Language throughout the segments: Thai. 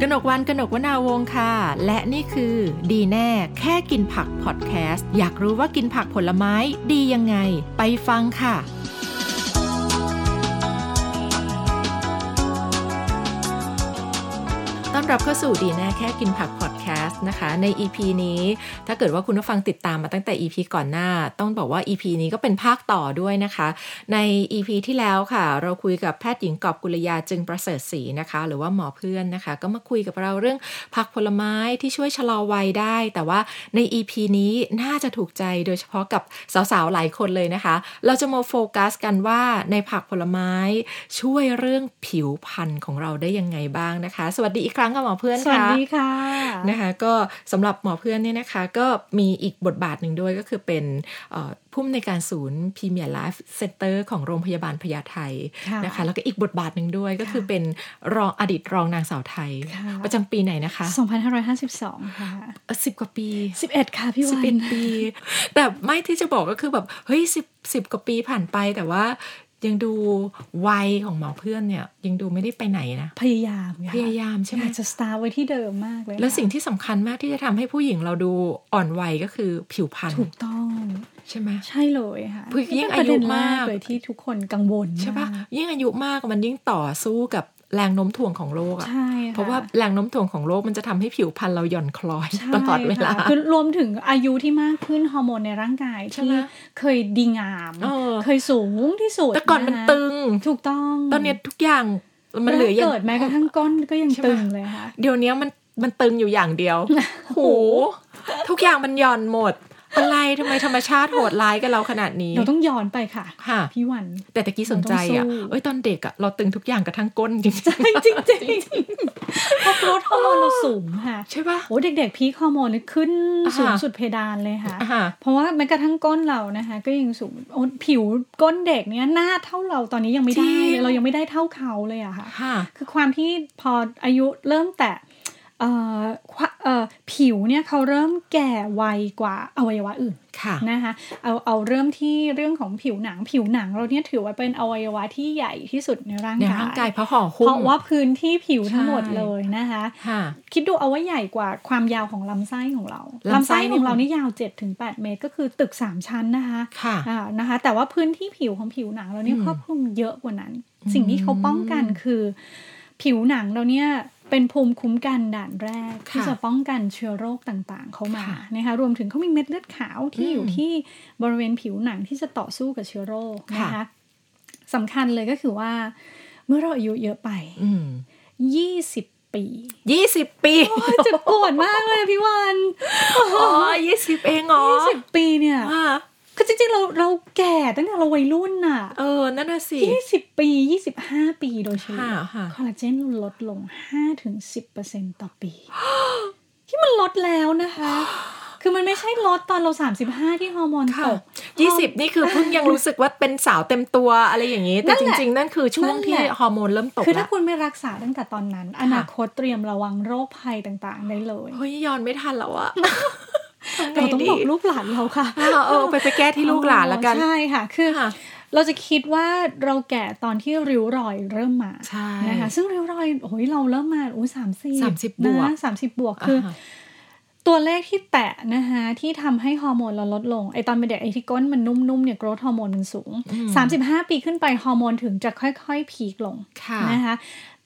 กนกวันกนกวนาวงศ์ค่ะ และนี่คือ ดีแน่แค่กินผักพอดแคสต์อยากรู้ว่ากินผักผลไม้ดียังไง ไปฟังค่ะ ต้อนรับเข้าสู่ดีแน่แค่กินผักพอดแคสต์นะคะ ใน EP นี้ ถ้าเกิดว่าคุณผู้ฟังติดตามมาตั้งแต่ EP ก่อนหน้า ต้องบอกว่า EP นี้ก็เป็นภาคต่อด้วยนะคะ ใน EP ที่แล้วค่ะ เราคุยกับแพทย์หญิงกอบกุลยาจึงประเสริฐศรีนะคะ หรือว่าหมอเพื่อนนะคะ ก็มาคุยกับเราเรื่องผักผลไม้ที่ช่วยชะลอวัยได้ แต่ว่าใน EP นี้น่าจะถูกใจโดยเฉพาะกับสาวๆ หลายคนเลยนะคะ เราจะมาโฟกัสกันว่าในผักผลไม้ช่วยเรื่องผิวพรรณของเราได้ยังไงบ้างนะคะ สวัสดีอีกครั้งค่ะหมอเพื่อน สวัส ค่ะ ดีค่ะ นะคะก็สำหรับหมอเพื่อนเนี่ยนะคะก็มีอีกบทบาทหนึ่งด้วยก็คือเป็นเอ่อผู้อำนวยการศูนย์พรีเมียร์ไลฟ์เซ็นเตอร์ของโรงพยาบาลพญาไท ค่ะ นะคะแล้วก็อีกบทบาทหนึ่งด้วยก็คือ ค่ะ เป็นรองอดีตรองนางสาวไทย ค่ะ ประจำปีไหนนะคะ 2552 ค่ะ สิบกว่าปี 11 ค่ะพี่ สิ วั บเอ็ด น ปี แต่ไม่ที่จะบอกก็คือแบบเฮ้ยสิบสิบกว่าปีผ่านไปแต่ว่ายังดูวัยของหมอเพื่อนเนี่ยยังดูไม่ได้ไปไหนนะ พยายามค่ะ พยายามใช่ไหม อยากจะสตาร์ไว้ที่เดิมมากเลย แล้วสิ่ง ค่ ที่สำคัญมากที่จะทำให้ผู้หญิงเราดูอ่อนวัยก็คือผิวพรรณ ะถูกต้อง ใช่ไหม ใช่เลยค่ะ คือยิ่ง นี่เป็นประเด็น อายุมาก แรเลยที่ทุกคนกังวล ใช่ปะ มาก ยิ่งอายุมากมันยิ่งต่อสู้กับแรงโน้มถ่วงของโลกอะ ใช่ค่ เพราะว่าแรงโน้มถ่วงของโลกมันจะทำให้ผิวพรรณเราหย่อนคล้อย ใช่ ตลอดเวลา ค่ะคือรวมถึงอายุที่มากขึ้นฮอร์โมนในร่างกาย ใช่ ที่ ไหม เคยดีงาม เออ เคยสูงที่สุด แต่ก่อนมันะ ตึง ถูกต้อง ตอนเนี้ยทุกอย่างมันเหลืออย่าง เกิดแม้กระทั่งก้นก็ยัง ใช่ปะ ตึงเลยค่ะ เดี๋ยวเนี้ยมันมันตึงอยู่อย่างเดียว หู ทุกอย่างมันหย่อนหมด อะไรทำไมธรรมชาติโหดร้ายกับเราขนาดนี้ เราต้องย้อนไปค่ะ ค่ะ พี่วัน แต่ตะกี้สนใจอ่ะ เราต้องสู้ เอ้ยตอนเด็กอ่ะเราตึงทุกอย่างกระทั่งก้นจริง ใช่จริงจริงเพราะโกรทฮอร์โมนเราสูงค่ะ ๆใช่ปะ โอ้เด็กๆ พีคฮอร์โมนนี่ขึ้น อ่าฮะ สูงสุดเพดานเลยค่ะ อ่าฮะ เพราะว่าแม้กระทั่งก้นเรานะคะ ก็ยังสูงโอ้ผิวก้นเด็กเนี่ยหน้าเท่าเราตอนนี้ยังไม่ได้ จริ เล ง ยเรายังไม่ได้เท่าเขาเลยอะค่ะ ค่ะ คือความที่พออายุเริ่มแต่เอ่อควะเอ่อผิวเนี่ยเขาเริ่มแก่ไวกว่าอวัยวะอื่น ค่ะ นะคะเอาเอาเริ่มที่เรื่องของผิวหนังผิวหนังเราเนี่ยถือว่าเป็นอวัยวะที่ใหญ่ที่สุดในร่าง ใน กาย ร่างกายเพราะห่อหุ้ม เพราะว่าพื้นที่ผิวทั้งหมด ใช่ เลยนะคะ ค่ะ คิดดูเอาว่าใหญ่กว่าความยาวของลำไส้ของเรา ลำไส้นี่ ของเรานี่ยาว7ถึง8เมตรก็คือตึก 3 ชั้นนะคะ ค่ะ อ่านะคะ แต่ว่าพื้นที่ผิวของผิวหนังเราเนี่ย อืม ครอบคลุมเยอะกว่านั้น อืม สิ่งที่เขาป้องกันคือ ผิวหนังเราเนี่ยเป็นภูมิคุ้มกันด่านแรก ที่ ค่ะ จะป้องกันเชื้อโรคต่างๆ เข้ามา ค่ะ นะคะรวมถึงเขามีเม็ดเลือดขาวที่ อืม อยู่ที่บริเวณผิวหนังที่จะต่อสู้กับเชื้อโรคนะ ค่ะ คะสำคัญเลยก็คือว่า เมื่อเราอายุเยอะไป อืม 20 ปี ยี่สิบปี โอ้ยเจ็บปวดมากเลยพี่วัน อ๋อ ยี่สิบเองเหรอ ยี่สิบปีเนี่ย อ่ะ คือจริงๆ เราเราแก่ตั้งแต่เราวัยรุ่นน่ะ เออ นั่นน่ะสิ ยี่สิบปียี่สิบห้าปีโดยเฉลี่ย ค่ะค่ะ คอลลาเจนลดลงห้าถึงสิบเปอร์เซ็นต่อปี ที่มันลดแล้วนะคะ คือมันไม่ใช่ลดตอนเราสามสิบห้าที่ฮอร์โมน ค่ะ ตก ยี่สิบนี่คือเพิ่งยังรู้สึกว่าเป็นสาวเต็มตัวอะไรอย่างนี้ แต่ นั่ จ นแหละ ริง ๆ นั่นคือช่วง นั่นแหละ ที่ฮอร์โมนเริ่มตก คือ แล้ ถ้าว คุณไม่รักษาตั้งแต่ตอนนั้น อนาคตเตรียมระวังโรคภัยต่างๆ ได้เลย เฮ้ยย้อนไม่ทันแล้วอะทำไง เราต้อง ดี บอกลูกหลานเราค่ะ เออเออไปไปแก้ที่ลูกหลานแล้วกัน ใช่ค่ะคือ ค่ะ เราจะคิดว่าเราแก่ตอนที่ริ้วรอยเริ่มมา ใช่ นะคะซึ่งริ้วรอยโอ้ยเราเริ่มมาโอ้ยสามสิบ 30บวก นะสามสิบบวกคือ าฮะ ตัวเลขที่แตะนะคะที่ทำให้ฮอร์โมนเราลดลงไอตอนเป็นเด็กไอที่ก้นมันนุ่มๆเนี่ยโกรทฮอร์โมนมันสูง อืม 35 ปีขึ้นไปฮอร์โมนถึงจะค่อยๆ พีคลง ค่ะ นะคะ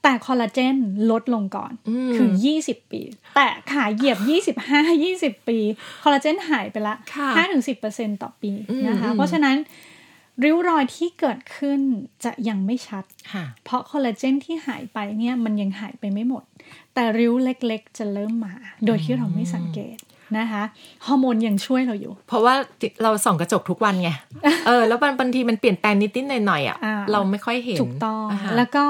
แต่คอลลาเจนลดลงก่อน อืม คือ 20 ปี แต่ขา เหยียบ 25 20 ปี คอลลาเจนหายไปละ ค่ะ 5-10%ต่อปีนะคะ อืม เพราะฉะนั้น ริ้วรอยที่เกิดขึ้นจะยังไม่ชัด ค่ะ เพราะคอลลาเจนที่หายไปเนี่ยมันยังหายไปไม่หมด แต่ริ้วเล็กๆ จะเริ่มมา โดยที่เราไม่สังเกตนะคะฮอร์โมนยังช่วยเราอยู่ เพราะว่าเราส่องกระจกทุกวันไง เออ แล้วบางบางทีมันเปลี่ยนแปลงนิดๆหน่อยๆอ่ะ อ่า เราไม่ค่อยเห็น ถูกต้อง าฮะ แล้วก็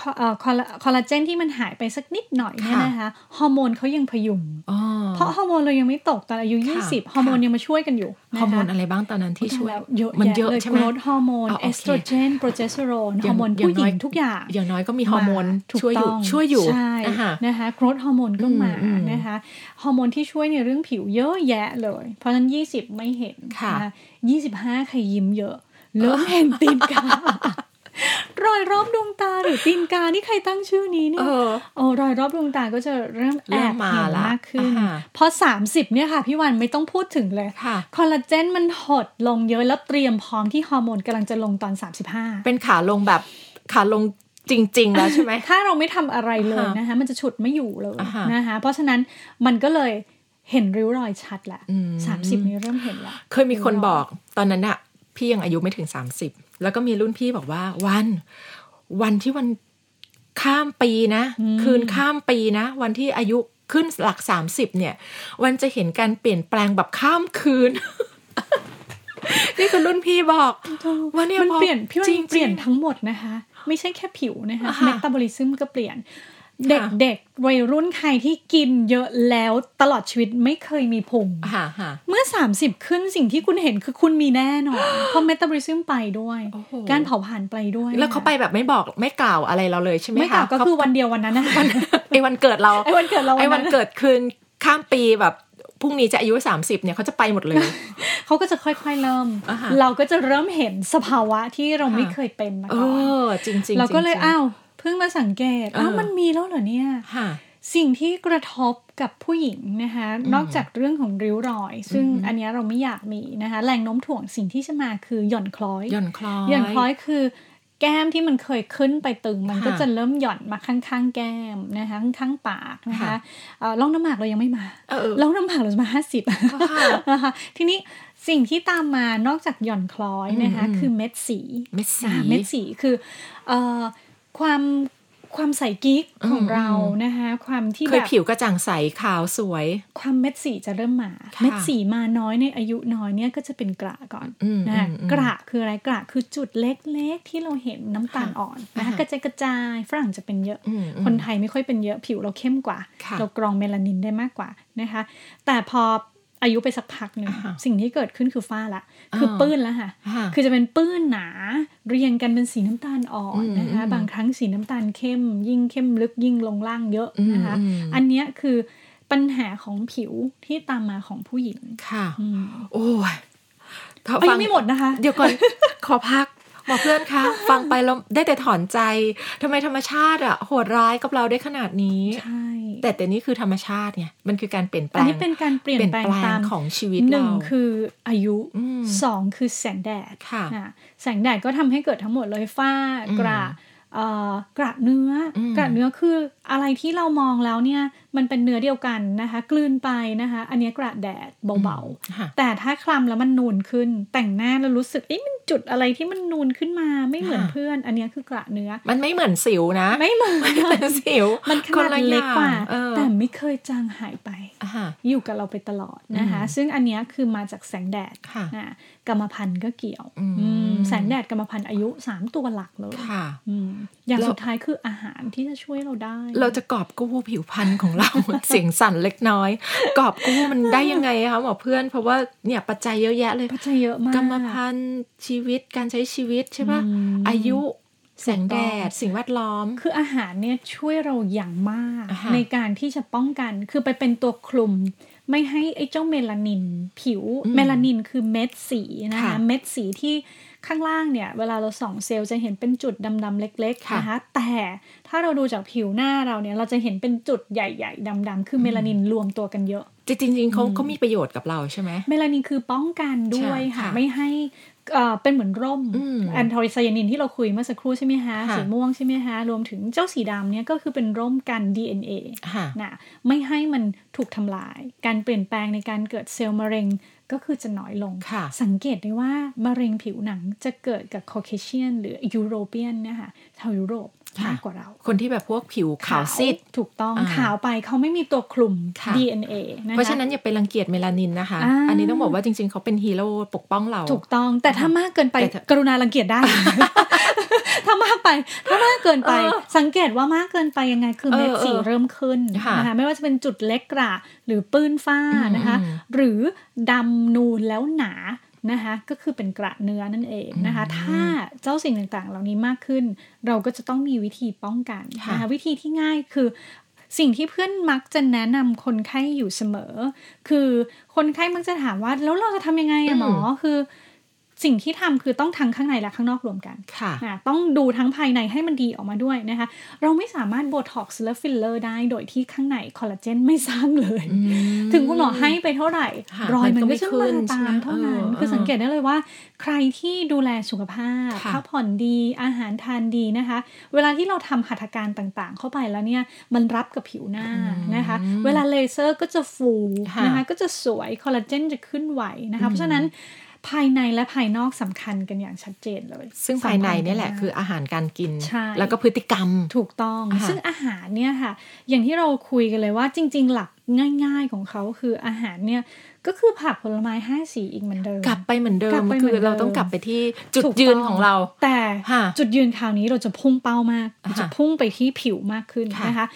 คอเอ่อคอลลาคอลลาเจนที่มันหายไปสักนิดหน่อยเนี่ย ค่ะ นะคะฮอร์โมนเขายังพยุง อ๋อ เพราะฮอร์โมนเรายังไม่ตกตอนอายุ ค่ะ 20 ค่ะ ฮอร์โมนยังมาช่วยกันอยู่นะคะ ฮอร์โมนอะไรบ้างตอนนั้นที่ช่วย โอ้แล้วเยอะ มัน แยะ เยอะ เลย ใช่ โก ไหม รทฮอร์โมน อ๋อโอเค เอสโตรเจน โปรเจสเตอโรน อ ฮอย่าง ร์โมน อย่าง ผู้หญิ น้อย งทุกอย่าง อย่างน้อยก็มีฮอร์โมน ถูก ช่วยอยู่ ต้ง ช่วยอยู่ ใช่ อ่าฮะ นะคะโกรทฮอร์โมนก็มา อืมอืม นะคะฮอร์โมนที่ช่วยในเรื่องผิวเยอะแยะเลย เพราะฉะนั้น 20 ไม่เห็น ค่ะ น25ใครยิ้มเยอะ เริ่มเห็นตีนกา รอยรอบดวงตาหรือตีนกานี่ใครตั้งชื่อนี้เนี่ เอย อ โอ้รอยรอบดวงตาก็จะเริ่มแอ เริ่ บ มมา เห็น ละ มากขึ้น อ่าฮะ พอ 30 เนี่ยค่ะ พี่วันไม่ต้องพูดถึงเลย ค่ะ คอลลาเจนมันหดลงเยอะแล้วเตรียมพร้อมที่ฮอร์โมนกำลังจะลงตอน 35 เป็นขาลงแบบขาลงจริง ๆ แล้ว ใช่ไหม ถ้าเราไม่ทำอะไรเลย อ่าฮะ นะคะมันจะฉุดไม่อยู่เลย อ่าฮะ นะคะ เพราะฉะนั้นมันก็เลยเห็นริ้วรอยชัดละ อืม สามสิบนี้เริ่มเห็นละ เคยมีคนบอกตอนนั้นอะพี่ยังอายุไม่ถึงสามสิบแล้วก็มีรุ่นพี่บอกว่าวัน วันที่วันข้ามปีนะ อืม คืนข้ามปีนะ วันที่อายุขึ้นหลักสามสิบเนี่ย วันจะเห็นการเปลี่ยนแปลงแบบข้ามคืน นี่คือรุ่นพี่บอก ว่าเนี่ย มัน พอ เปลี่ยนพี่ว่า จริง มัน ๆ เปลี่ยนทั้งหมดนะคะ ไม่ใช่แค่ผิวนะคะ อ่าฮะ เมตาบอลิซึมก็เปลี่ยน ค่ะ เด็กๆวัยรุ่นใครที่กินเยอะแล้วตลอดชีวิตไม่เคยมีพุง ค่ะค่ะ เมื่อ 30 ขึ้นสิ่งที่คุณเห็นคือคุณมีแน่น อน เพราะเมตาบอลิซึมไปด้วย โอ้โห การเผาผลาญไปด้วย แล้วเขาไป นะคะ แบบไม่บอกไม่กล่าวอะไรเราเลยใช่ไหมคะ ไม่กลับก็คือวันเดียววันนั้นนะ ไอ้วันเกิดเรา ไอ้วันเกิดเรา ไอ้วัน นั้น เกิดคืนข้ามปีแบบพรุ่งนี้จะอายุสามสิบเนี่ยเขาจะไปหมดเลย เขาก็จะค่อยๆ เริ่ม อ่าฮะ เราก็จะเริ่มเห็นสภาวะที่เราไม่ ค่ะ เคยเป็นมา เอ ก่อน อ จริงๆจริงๆ เราก็เลยอ้าวเพิ่งมาสังเกต เออ อ้าวมันมีแล้วเหรอเนี่ย ค่ะ สิ่งที่กระทบกับผู้หญิงนะคะ อืม นอกจากเรื่องของริ้วรอย ซึ่ง อืม อันเนี้ยเราไม่อยากมีนะคะ แรงโน้มถ่วงสิ่งที่จะมาคือหย่อนคล้อย หย่อนคล้อย หย่อนคล้อยคือ แก้มที่มันเคยขึ้นไปตึง มัน ค่ะ ก็จะเริ่มหย่อนมาข้างๆ แก้มนะคะข้างๆปากนะคะ ค่ะ เอ่อร่องน้ำหมากเรายังไม่มา เออ แล้วน้ำหมากเราจะมาห้าสิบ ค่ะ นะคะทีนี้สิ่งที่ตามมานอกจากหย่อนคล้อยนะคะ อืม คือเม็ดสี เม็ดสี อ่าเม็ดสีคือเอ่อความความใสกิ๊กของ อืม เรานะคะ ความที่ เค แบ ย บ ผิวกระจ่างใสขาวสวย ความเม็ดสีจะเริ่มมา ค่ะ เม็ดสีมาน้อยในอายุน้อยเนี่ยก็จะเป็นกระก่อน อืม นะคะ อืมอืม กระคืออะไรกระคือจุดเล็กๆ ที่เราเห็นน้ำตาล ค่ะ อ่อนนะคะ อ่าฮะ กระจายกระจายฝรั่งจะเป็นเยอะ อืมอืม คนไทยไม่ค่อยเป็นเยอะผิวเราเข้มกว่า ค่ะ เรากรองเมลานินได้มากกว่านะคะ แต่พออายุไปสักพักหนึ่ง อ่าฮะ สิ่งที่เกิดขึ้นคือฝ้าละ คืออา ปื้นแล้วค่ะ ค่ะ คือจะเป็นปื้นหนา เรียงกันเป็นสีน้ำตาลอ่อน อืม นะคะ อืม บางครั้งสีน้ำตาลเข้ม ยิ่งเข้มลึกยิ่งลงล่างเยอะนะคะ อืมอืม อันเนี้ยคือปัญหาของผิวที่ตามมาของผู้หญิง ค่ะ อืม โอ้ยถ้า เอ้ย ฟั ยังงไม่หมดนะคะ เดี๋ยวก่อน ขอพักบอกเพื่อนคะ ฟังไปแล้วได้แต่ถอนใจทำไมธรรมชาติอะโหดร้ายกับเราได้ขนาดนี้ ใช่ แต่แต่นี่คือธรรมชาติไงมันคือการเปลี่ยนแปล อัน ง นี้เป็นการเปลี่ยนแปลงตาม ของชีวิต ห เรา นึ่งคืออายุ อืม สองคือแสงแดด ค่ะ อ่แสงแดดก็ทำให้เกิดทั้งหมดเลยฝ้า อืม กระเอ่อกระเนื้ออ ม กระเนื้อคืออะไรที่เรามองแล้วเนี่ยมันเป็นเนื้อเดียวกันนะคะ กลืนไปนะคะ อันเนี้ยกระแดดเบา ค่ะ ๆแต่ถ้าคลำแล้วมันนูนขึ้น แต่งหน้าแล้วรู้สึกเอ๊ะมันจุดอะไรที่มันนูนขึ้นมาไม่เหมือน ค่ะ เพื่อน อันเนี้ยคือกระเนื้อ มันไม่เหมือนสิวนะ ไม่เหมือน เป็นสิว มันขนาดเล็กกว่า คนละอย่งเออ แต่ไม่เคยจางหายไป อ่ะฮะ อยู่กับเราไปตลอดนะคะ อืม ซึ่งอันเนี้ยคือมาจากแสงแดด ค่ะ อ่ะกรรมพันธุ์ก็เกี่ยว อืม อืมแสงแดดกรรมพันธุ์อายุสามตัวหลักเลย ค่ะ อืมอย่าง แล้ว สุดท้ายคืออาหารที่จะช่วยเราได้ เราจะกอบกู้ผิวพรรณของเรา เสียงสั่นเล็กน้อย กอบกู้มันได้ยังไงคะหมอเพื่อนเพราะว่าเนี่ยปัจจัยเยอะแยะเลย ปัจจัยเยอะมาก กรรมพันธุ์ชีวิตการใช้ชีวิตใช่ปะ อืม อายุแสงแด ถูกต้ ด อง สิ่งแวดล้อม คืออาหารเนี่ยช่วยเราอย่างมาก อ่าฮะ ในการที่จะป้องกันคือไปเป็นตัวคลุม ไม่ให้ไอ้เจ้าเมลานิน ผิว อืม เมลานินคือเม็ดสีนะคะ ค่ะ เม็ดสีที่ข้างล่างเนี่ย เวลาเราส่องเซลล์จะเห็นเป็นจุดดำๆเล็กๆ ค่ะ นะคะแต่ถ้าเราดูจากผิวหน้าเราเนี่ยเราจะเห็นเป็นจุดใหญ่ๆดำๆคือเมลานินรวมตัวกันเยอะ จริงๆจริงๆเขาเขามีประโยชน์กับเราใช่ไหม เมลานินคือป้องกันด้วย ใช่ ค่ะ ค่ะ ไม่ให้เอ่อเป็นเหมือนร่ม อืม แอนโทไซยานินที่เราคุยเมื่อสักครู่ใช่ไหมฮะ ค่ะ สีม่วงใช่ไหมฮะรวมถึงเจ้าสีดำเนี่ยก็คือเป็นร่มกัน DNA ค่ะ นะไม่ให้มันถูกทำลาย การเปลี่ยนแปลงในการเกิดเซลล์มะเร็งก็คือจะน้อยลง ค่ะ สังเกตได้ว่ามะเร็งผิวหนังจะเกิดกับคอเคเชียนหรือยุโรเปียนเนี่ยค่ะชาวยุโรปมากกว่าเรา คนที่แบบพวกผิวขาวซีด ถูกต้อง อ่า ขาวไปเขาไม่มีตัวคลุม ค่ะ DNA นะคะ เพราะฉะนั้นอย่าไปรังเกียจเมลานินนะคะ อ่า อันนี้ต้องบอกว่าจริง ๆเขาเป็นฮีโร่ปกป้องเรา ถูกต้องแต่ถ้ามากเกินไป แต่ถ้าก รุณารังเกียจได้ ถ้ามากไป ถ้ามากเกินไป เออ สังเกตว่ามากเกินไปยังไงคือเม็ด เออเออ สีเริ่มขึ้น ค่ะ นะคะไม่ว่าจะเป็นจุดเล็กกระหรือปื้นฝ้า อืม นะคะ อืม หรือดำนูนแล้วหนานะคะก็คือเป็นกระเนื้อนั่นเองนะคะ อืม ถ้าเจ้าสิ่งต่างๆ เหล่านี้มากขึ้น เราก็จะต้องมีวิธีป้องกัน ค่ะ นะคะวิธีที่ง่ายคือ สิ่งที่เพื่อนมักจะแนะนำคนไข้อยู่เสมอ คือคนไข้มักจะถามว่าแล้วเราจะทำยังไงอะหมออคือ สิ่งที่ทำคือต้องทั้งข้างในและข้างนอกรวมกัน ค่ะ อ่ะต้องดูทั้งภายในให้มันดีออกมาด้วยนะคะ เราไม่สามารถโบท็อกซ์และฟิลเลอร์ได้โดยที่ข้างในคอลลาเจนไม่สร้างเลย ถึงคุณหมอให้ไปเท่าไหร่ ค่ะ รอย มั มัน น ก็ ก็จะ ไม่ มา ขึ้น ตามเท่านั้น ใช่ไหมเออ คือสังเกตได้เลยว่า ใครที่ดูแลสุขภาพ ค่ะ พักผ่อนดีอาหารทานดีนะคะ เวลาที่เราทำหัตถการต่างๆ เข้าไปแล้วเนี่ยมันรับกับผิวหน้านะคะ เวลาเลเซอร์ก็จะฟู ค่ะ นะคะก็จะสวยคอลลาเจนจะขึ้นไหวนะคะ เพราะฉะนั้นภายในและภายนอกสำคัญกันอย่างชัดเจนเลย ซึ่งภายใน สำคัญ เนี่ยแหละ กัมาก คืออาหารการกิน ใช่ แล้วก็พฤติกรรม ถูกต้อง อ่าฮะ ซึ่งอาหารเนี่ยค่ะ อย่างที่เราคุยกันเลยว่าจริง ๆ หลักง่าย ๆของเขาคืออาหารเนี่ย ก็คือผักผลไม้ห้าสีอีกเหมือนเดิม กลับไปเหมือนเดิ กลั ม บไปเหมื คืออน เดิม เราต้องกลับไปที่จุด ถูก ยืน ต้ ของเรา แต่ ค่ะ จุดยืนคราวนี้เราจะพุ่งเป้ามาก อ่าฮะ จะพุ่งไปที่ผิวมากขึ้น ค่ะ นะคะ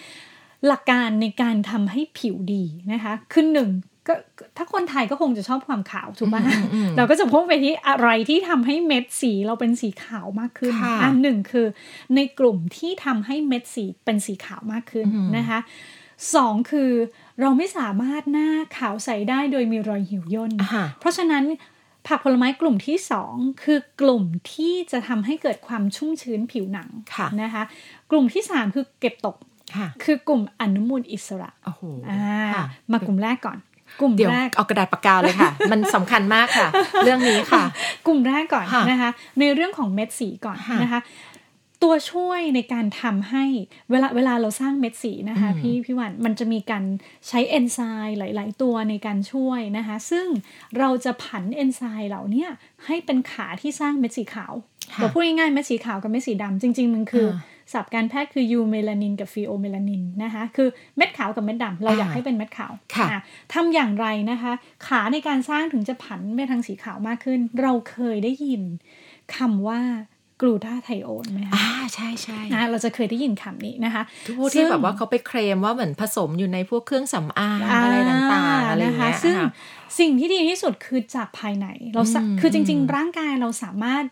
หลักการในการทำให้ผิวดีนะคะขึ้นหนึ่งก็ถ้าคนไทยก็คงจะชอบความขาวถูกปะ อืมอืมอืม เราก็จะพุ่งไปที่อะไรที่ทำให้เม็ดสีเราเป็นสีขาวมากขึ้น ค่ะ อันหนึ่งคือ ในกลุ่มที่ทำให้เม็ดสีเป็นสีขาวมากขึ้นนะคะสองคือเราไม่สามารถหน้าขาวใสได้โดยมีรอยหิวย่น อ่าฮะ เพราะฉะนั้นผักผลไม้กลุ่มที่ 2 คือกลุ่มที่จะทำให้เกิดความชุ่มชื้นผิวหนัง ค่ะ นะคะ กลุ่มที่ 3 คือเก็บตก ค่ะ คือกลุ่มอนุมูลอิสระ โอ้โห อ่า ค่ะ มากลุ่มแรกก่อน กลุ่ม เดี๋ยว แรก เอากระดาษปากกาเลย ค่ะ มันสำคัญมากค่ะ เรื่องนี้ค่ะ กลุ่มแรกก่อน ค่ะ นะคะ ในเรื่องของเม็ดสีก่อน ค่ะ นะคะ ตัวช่วยในการทำให้เวลาเวลาเราสร้างเม็ดสีนะคะ อืม พี่พี่วันมันจะมีการใช้เอนไซม์หลาย ๆ ตัวในการช่วยนะคะ ซึ่งเราจะผันเอนไซม์เหล่าเนี้ยให้เป็นขาที่สร้างเม็ดสีขาว ค่ะ เราพูดง่ายๆเม็ดสีขาวกับเม็ดสีดำจริง ๆ มันคืออา ศัพท์การแพทย์คือยูเมลานินกับฟีโอเมลานินนะคะคือเม็ดขาวกับเม็ดดำเราอยาก อ่า ให้เป็นเม็ดขาว ค่ะ อ่ ทำอย่างไรนะคะ ขาในการสร้างถึงจะผันไปทางสีขาวมากขึ้น เราเคยได้ยินคำว่ากลูตาไทโอนไหมคะ อ่าใช่ใช่ นะเราจะเคยได้ยินคำนี้นะคะ ทุกผู้ที่ ซึ่ง แบบว่าเขาไปเคลมว่าเหมือนผสมอยู่ในพวกเครื่องสำอางอะไรต่างๆอะไรอย่างเงี้ย นซึ่ง ค่ะ สิ่งที่ดีที่สุดคือจากภายในเราสะ อืม คือจริง ๆ ร่างกายเราสามารถ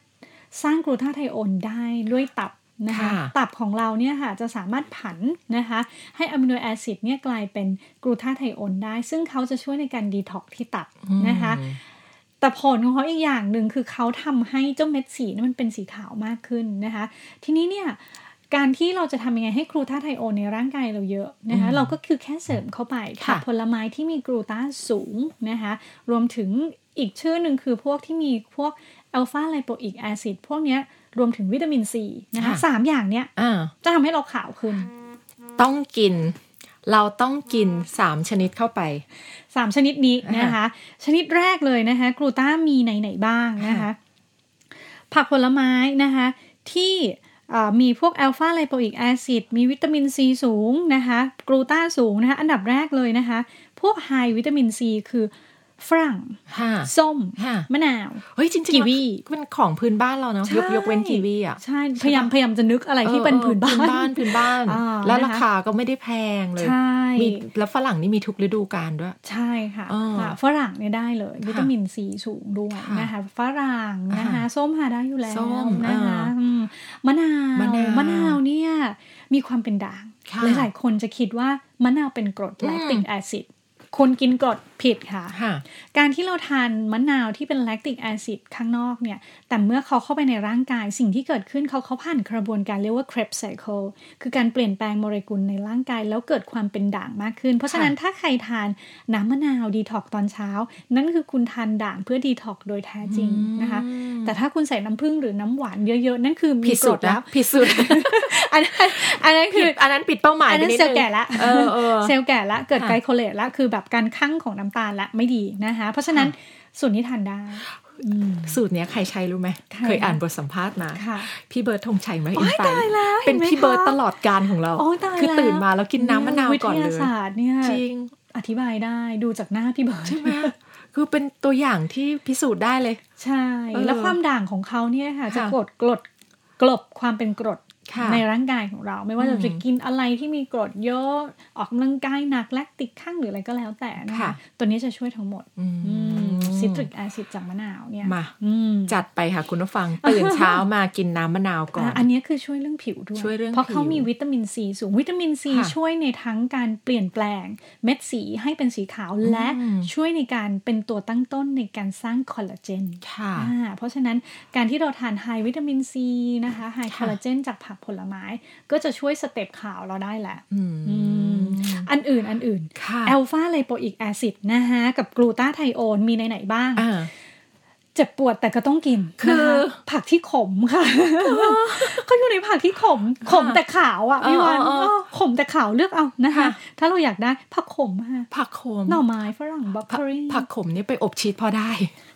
สร้างกลูตาไทโอนได้ด้วยตับนะคะ ค่ะ ตับของเราเนี่ยค่ะจะสามารถผันนะคะ ให้อะมิโนแอซิดเนี่ยกลายเป็นกลูตาไทโอนได้ ซึ่งเขาจะช่วยในการดีท็อกที่ตับนะคะ แต่ผลของเขาอีกอย่างหนึ่งคือเขาทำให้เจ้าเม็ดสีนั้นมันเป็นสีขาวมากขึ้นนะคะ ทีนี้เนี่ยการที่เราจะทำยังไงให้กรูตาไทโอนในร่างกายเราเยอะนะคะเราก็คือแค่เสริมเข้าไป ค่ะ ผักผลไม้ที่มีกรูตาสูงนะคะรวมถึงอีกชื่อหนึ่งคือพวกที่มีพวกอัลฟาไลโปอิกแอซิดพวกเนี้ยรวมถึงวิตามินซีนะคะสามอย่างเนี้ย อ่า จะทำให้เราขาวขึ้น ต้องกิน เราต้องกินสามชนิดเข้าไป สามชนิดนี้นะคะ ชนิดแรกเลยนะคะกรูตามีไหนไหนๆบ้างนะคะ ค่ะ ผักผลไม้นะคะที่เอ่อมีพวกอัลฟาไลโปอิกแอซิดมีวิตามินซีสูงนะคะกลูตาสูงนะคะอันดับแรกเลยนะคะ พวกไฮวิตามินซีคือฝรั่ง ค่ะ ส้ม ค่ะ มะนาว เฮ้ยจริงๆ กีวี มันของพื้นบ้านเราเนาะยกยกเว้นกีวีอ่ะ ใช่พยายามพยายามจะนึกอะไรที่เป็น ออ พื้นบ้าน พื้นบ้านพื้นบ้าน อ่า แล้วรา นะคะ คาก็ไม่ได้แพงเลย ใช่ มีแล้วฝรั่งนี่มีทุกฤดูกาลด้วย ใช่ค่ะ อ่า ค่ะฝรั่งเนี่ยได้เลยวิตามินซีสูงด้วย ค่ะ นะคะฝรั่ง อ่า นะคะส้มหาได้อยู่แล้ ส้ ว ม นะคะ อ่าม มะนาว มะนาว มะนาวเนี่ยมีความเป็นด่าง ค่ะ หลายๆคนจะคิดว่ามะนาวเป็นกรด อืม แลคติกแอซิดคนกินกรดผิดค่ะ ค่ะ การที่เราทานมะนาวที่เป็นแลคติกแอซิดข้างนอกเนี่ย แต่เมื่อเขาเข้าไปในร่างกายสิ่งที่เกิดขึ้นเขาเขาผ่านกระบวนการเรียกว่า Krebs cycle คือการเปลี่ยนแปลงโมเลกุลในร่างกาย แล้วเกิดความเป็นด่างมากขึ้น เพราะฉะนั้นถ้าใครทานน้ำมะนาวดีท็อกตอนเช้า นั่นคือคุณทานด่างเพื่อดีท็อกโดยแท้จริงนะคะ แต่ถ้าคุณใส่น้ำผึ้งหรือน้ำหวานเยอะๆ นั่นคือมี ผิด กร สุด ด นะ แล้ว ผิดสุด อันนั้นอันนั้น ผิ คือ ดอันนั้นปิดเป้าหมาย อัน ไป นั้น นิด เซล นึ ล์ ง แก่ละ เออเออ เซลล์แก่ละเกิด ค่ะ ไกลโคเลตละคือแบบการคั่งของน้ำตาลละไม่ดีนะคะ เพราะฉะนั้น ค่ ส่วนนี้ทานได้ สูตรเนี้ยใครใช้รู้ไหม ใคร เคยอ่าน คะ บทสัมภาษณ์มา ค่ะ พี่เบิร์ดธงชัยมา โอ๊ อิน ย ไซ ตายแล้ว เป็น เห็นไหม พี่เบิร์ด คะ ตลอดการของเรา โอ้ยตาย คือ แล้ว ตื่นมาแล้วกินน้ำมะนาวก่อนเลยวิทยาศาสตร์เนี่ย จริง อธิบายได้ดูจากหน้าพี่เบิร์ด ใช่ไหมคือเป็นตัวอย่างที่พิสูจน์ได้เลย ใช่ เออ แล้วความด่างของเขาเนี่ยค่ะ จะ ค่ะ กดกรดกลบความเป็นกรด ค่ะ ในร่างกายของเรา ไม่ว่าเรา อืม จะกินอะไรที่มีกรดเยอะออกกำลังกายหนักแลคติกข้างหรืออะไรก็แล้วแต่นะคะ ค่ะ ตัวนี้จะช่วยทั้งหมด อืม อืม ซิตริกแอซิดจากมะนาวเนี่ย มา อืม จัดไปค่ะคุณผู้ฟั ง ตื่นเช้ามากินน้ำมะนาวก่อน อ่ะอันเนี้ยคือช่วยเรื่องผิวด้วย ช่วยเรื่อง เพราะเขา ผิว มีวิตามินซีสูง วิตามินซี ค่ะ ช่วยในทั้งการเปลี่ยนแปลงเม็ดสีให้เป็นสีขาวและ อืม ช่วยในการเป็นตัวตั้งต้นในการสร้างคอลลาเจน ค่ะ อ่าเพราะฉะนั้นการที่เราทานไฮวิตามินซีนะคะไฮค ค่ะ อลลาเจนจากผักผลไม้ ก็จะช่วยสเต็ปขาวเราได้แหละ อืม อืม อันอื่นอันอื่น ค่ะ แอลฟาไลโปอิกแอซิดนะคะกับกลูตาไทโอนมีในไหนบ้าง อ่า เจ็บปวดแต่ก็ต้องกิน คือ นะะผักที่ขมค่ะคนอยู่ในผักที่ขม ขมแต่ขาวอ่ะ เออ พี่วัน เออเออ เออขมแต่ขาวเลือกเอานะคะ ค่ะ ถ้าเราอยากได้ผักขมค่ะ ผักขม หน่อไม้ฝรั่งบล็อก ผัก เกอรี่ ผักขมนี่ไปอบชีสพอได้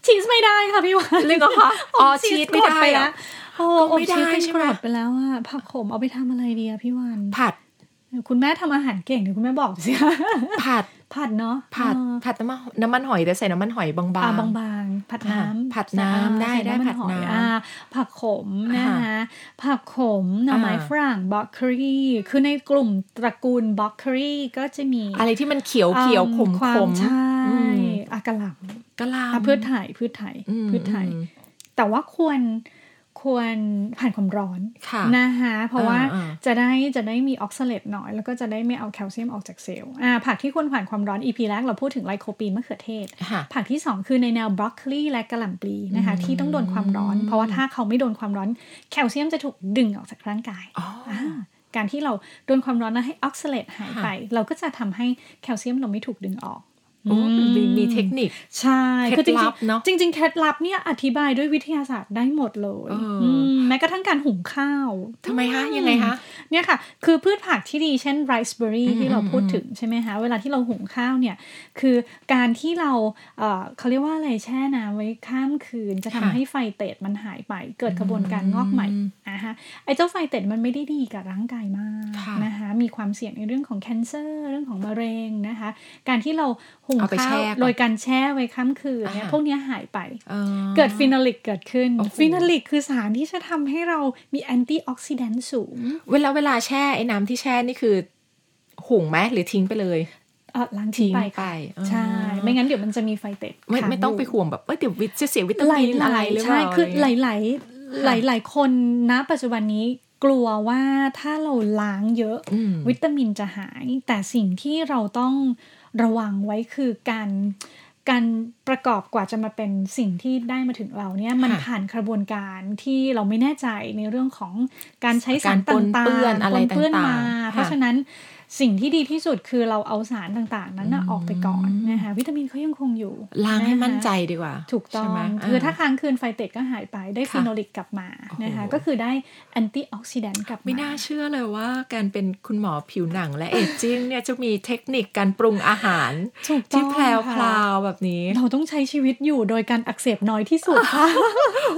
ชีสไม่ได้ค่ะพี่วัน เลยเหรอคะอ๋อ ม ชีสไม่ได้ กรป เหรอ แล้วโอ้ ก็ อบ ไม่ได้ ชีสเป็น ใช่ ก ไหม รดไปแล้วอ่ะผักขมเอาไปทำอะไรดีอะพี่วัน ผัด คุณแม่ทำอาหารเก่งเดี๋ยวคุณแม่บอกสิ ผัด ผัดเนาะ ผัด เออ ผัดน้ำมันน้ำมันหอยแต่ใส่น้ำมันหอยบางๆ ปลาบางๆผัดน้ำ ผัดน้ำได้ ใส่ ได้ น้ำมั ผัด หอย น้ำ อ่าผักขมนะคะผักขมหน่อไม้ อ่า ฝรั่งบล็อกเคอรี่คือในกลุ่มตระกูลบล็อกเคอรี่ก็จะมี อะไรที่มันเขียวเขียวข อิ่ ม ควา ขม ใช่ อืม อากะหล่ กะหลำ ำพืชไถ่พืชไถ่ อืม พืชไถ่ อืม แต่ว่าควรควรผ่านความร้อน ค่ะ นะคะเพราะว่า อ่า จะได้จะได้มีออกซาเลตน้อย แล้วก็จะได้ไม่เอาแคลเซียมออกจากเซลล์อ่าผักที่ควรผ่านความร้อน EP แรกเราพูดถึงไลโคปีนมะเขือเทศ ค่ะ ผักที่ 2 คือในแนวบรอกโคลีและกระหล่ำปลีนะคะที่ต้องโดนความร้อน เพราะว่าถ้าเขาไม่โดนความร้อนแคลเซียมจะถูกดึงออกจากร่างกาย อ๋ออ่ าการที่เราโดนความร้อนแล้วให้ออกซาเลตหายไป เราก็จะทำให้แคลเซียมเราไม่ถูกดึงออก โอ้ อื มีมีเทคนิค ใช่คือจริง เคล็ดลับ ๆ เนอะ จริงๆเคล็ดลับเนี่ยอธิบายด้วยวิทยาศาสตร์ได้หมดเลย เอออื มแม้กระทั่งการหุงข้าว ทำไมคะยังไงคะ เนี่ยค่ะ คือพืชผักที่ดีเช่นไรซ์เบอรี่ อืม ที่เรา อืม พูดถึงใช่ไหมคะ เวลาที่เราหุงข้าวเนี่ย คือการที่เราเอ่อเขาเรียกว่าอะไรแช่น้ำไว้ข้ามคืน จะทำ ค่ะ ให้ไฟเตดมันหายไป เกิดกระบวนการงอกใหม่ อืม นะฮะไอ้เจ้าไฟเตดมันไม่ได้ดีกับร่างกายมาก ค่ะ นะคะมีความเสี่ยงในเรื่องของแคนเซอร์เรื่องของมะเร็งนะคะ การที่เราหุง เอาไป ข้า แช่ ว ก่อน โดยการแช่ไว้ข้ามคืนเนี่ย อ่า พวกเนี้ยหายไป ออ เกิดฟีนอลิกเกิดขึ้น โอ้โห ฟีนอลิกคือสารที่จะทำให้เรามีแอนตี้ออกซิแดนต์สูง เวลาเวลาแช่ไอ้น้ำที่แช่นี่คือ หุงไหมหรือทิ้งไปเลย เออล้าง ทิ้ ทิ้ ง ง ไป ไปค่ะ อ๋อ ใช่ ไม่งั้นเดี๋ยวมันจะมีไฟเต็ด ไม่ ค้า ไม่ต้องไป ยู่ ห่วงแบบเอ้ยเดี๋ยววิตจะเสียวิตา หลา มิ ย น ๆ อะไรหรือเป ใช่ ล่า คือหลาย ะไร หลายหลายหลายๆคนนะปัจจุบันนี้กลัวว่าถ้าเราล้างเยอะ อืม วิตามินจะหาย แต่สิ่งที่เราต้องระวังไว้คือการการประกอบกว่าจะมาเป็นสิ่งที่ได้มาถึงเราเนี่ยมัน ค่ะ ผ่านกระบวนการที่เราไม่แน่ใจในเรื่องของการใช้สา การ รปนต่างๆ เปื้อนอะไร ปนเปื้อน ต่างๆ มา ค่ะ เพราะฉะนั้นสิ่งที่ดีที่สุดคือเราเอาสารต่างๆ นั้นน่ะ อืม ออกไปก่อนนะคะวิตามินเขายังคงอยู่ ล้างให้ ะคะ มั่นใจดีกว่า ถูกต้อ ใช่ ง ไหม คือถ้าค้างคืนไฟเตดก็หายไปได้ ค่ะ ฟีนอลิกกลับมานะคะ โอ้โห ก็คือได้แอนตี้ออกซิแดนต์กลับมา ไม่น่าเชื่อเลยว่าการเป็นคุณหมอผิวหนังและเอจจิ้งเนี่ยจะมีเทคนิคการปรุงอาหาร ถูกต้ ที่ อง แพรวพ ค่ะ ราวแบบนี้ เราต้องใช้ชีวิตอยู่โดยการอักเสบน้อยที่สุดค่ะ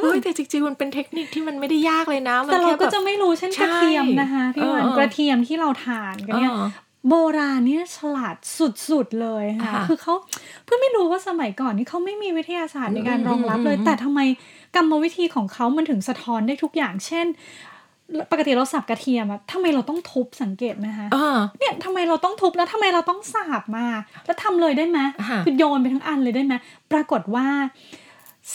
เฮ้ยแต่จริงๆมันเป็นเทคนิคที่มันไม่ได้ยากเลยนะมัน แต่เรา แค่ ก็ แบบ จะไม่รู้เช่น ใช่ กระเทียมนะคะพี่วัเออนเออก ระเทียมที่เราทานกันเนี่ย เออ โบราณเนี่ยฉลาดสุดๆเลยค่ะ ค่ะ คือเขาเพื่อไม่รู้ว่าสมัยก่อนนี่เขาไม่มีวิทยาศาสตร์ในการ อืม รองรับเลย อืม แต่ทำไมกรรมวิธีของเขามันถึงสะท้อนได้ทุกอย่าง เช่น ปกติเราสับกระเทียมอะทำไมเราต้องทุบสังเกตนะคะ เออ เนี่ยทำไมเราต้องทุบแล้วทำไมเราต้องสาบมา แล้วทำเลยได้ไหม ค่ะ คือโยนไปทั้งอันเลยได้ไหมปรากฏว่า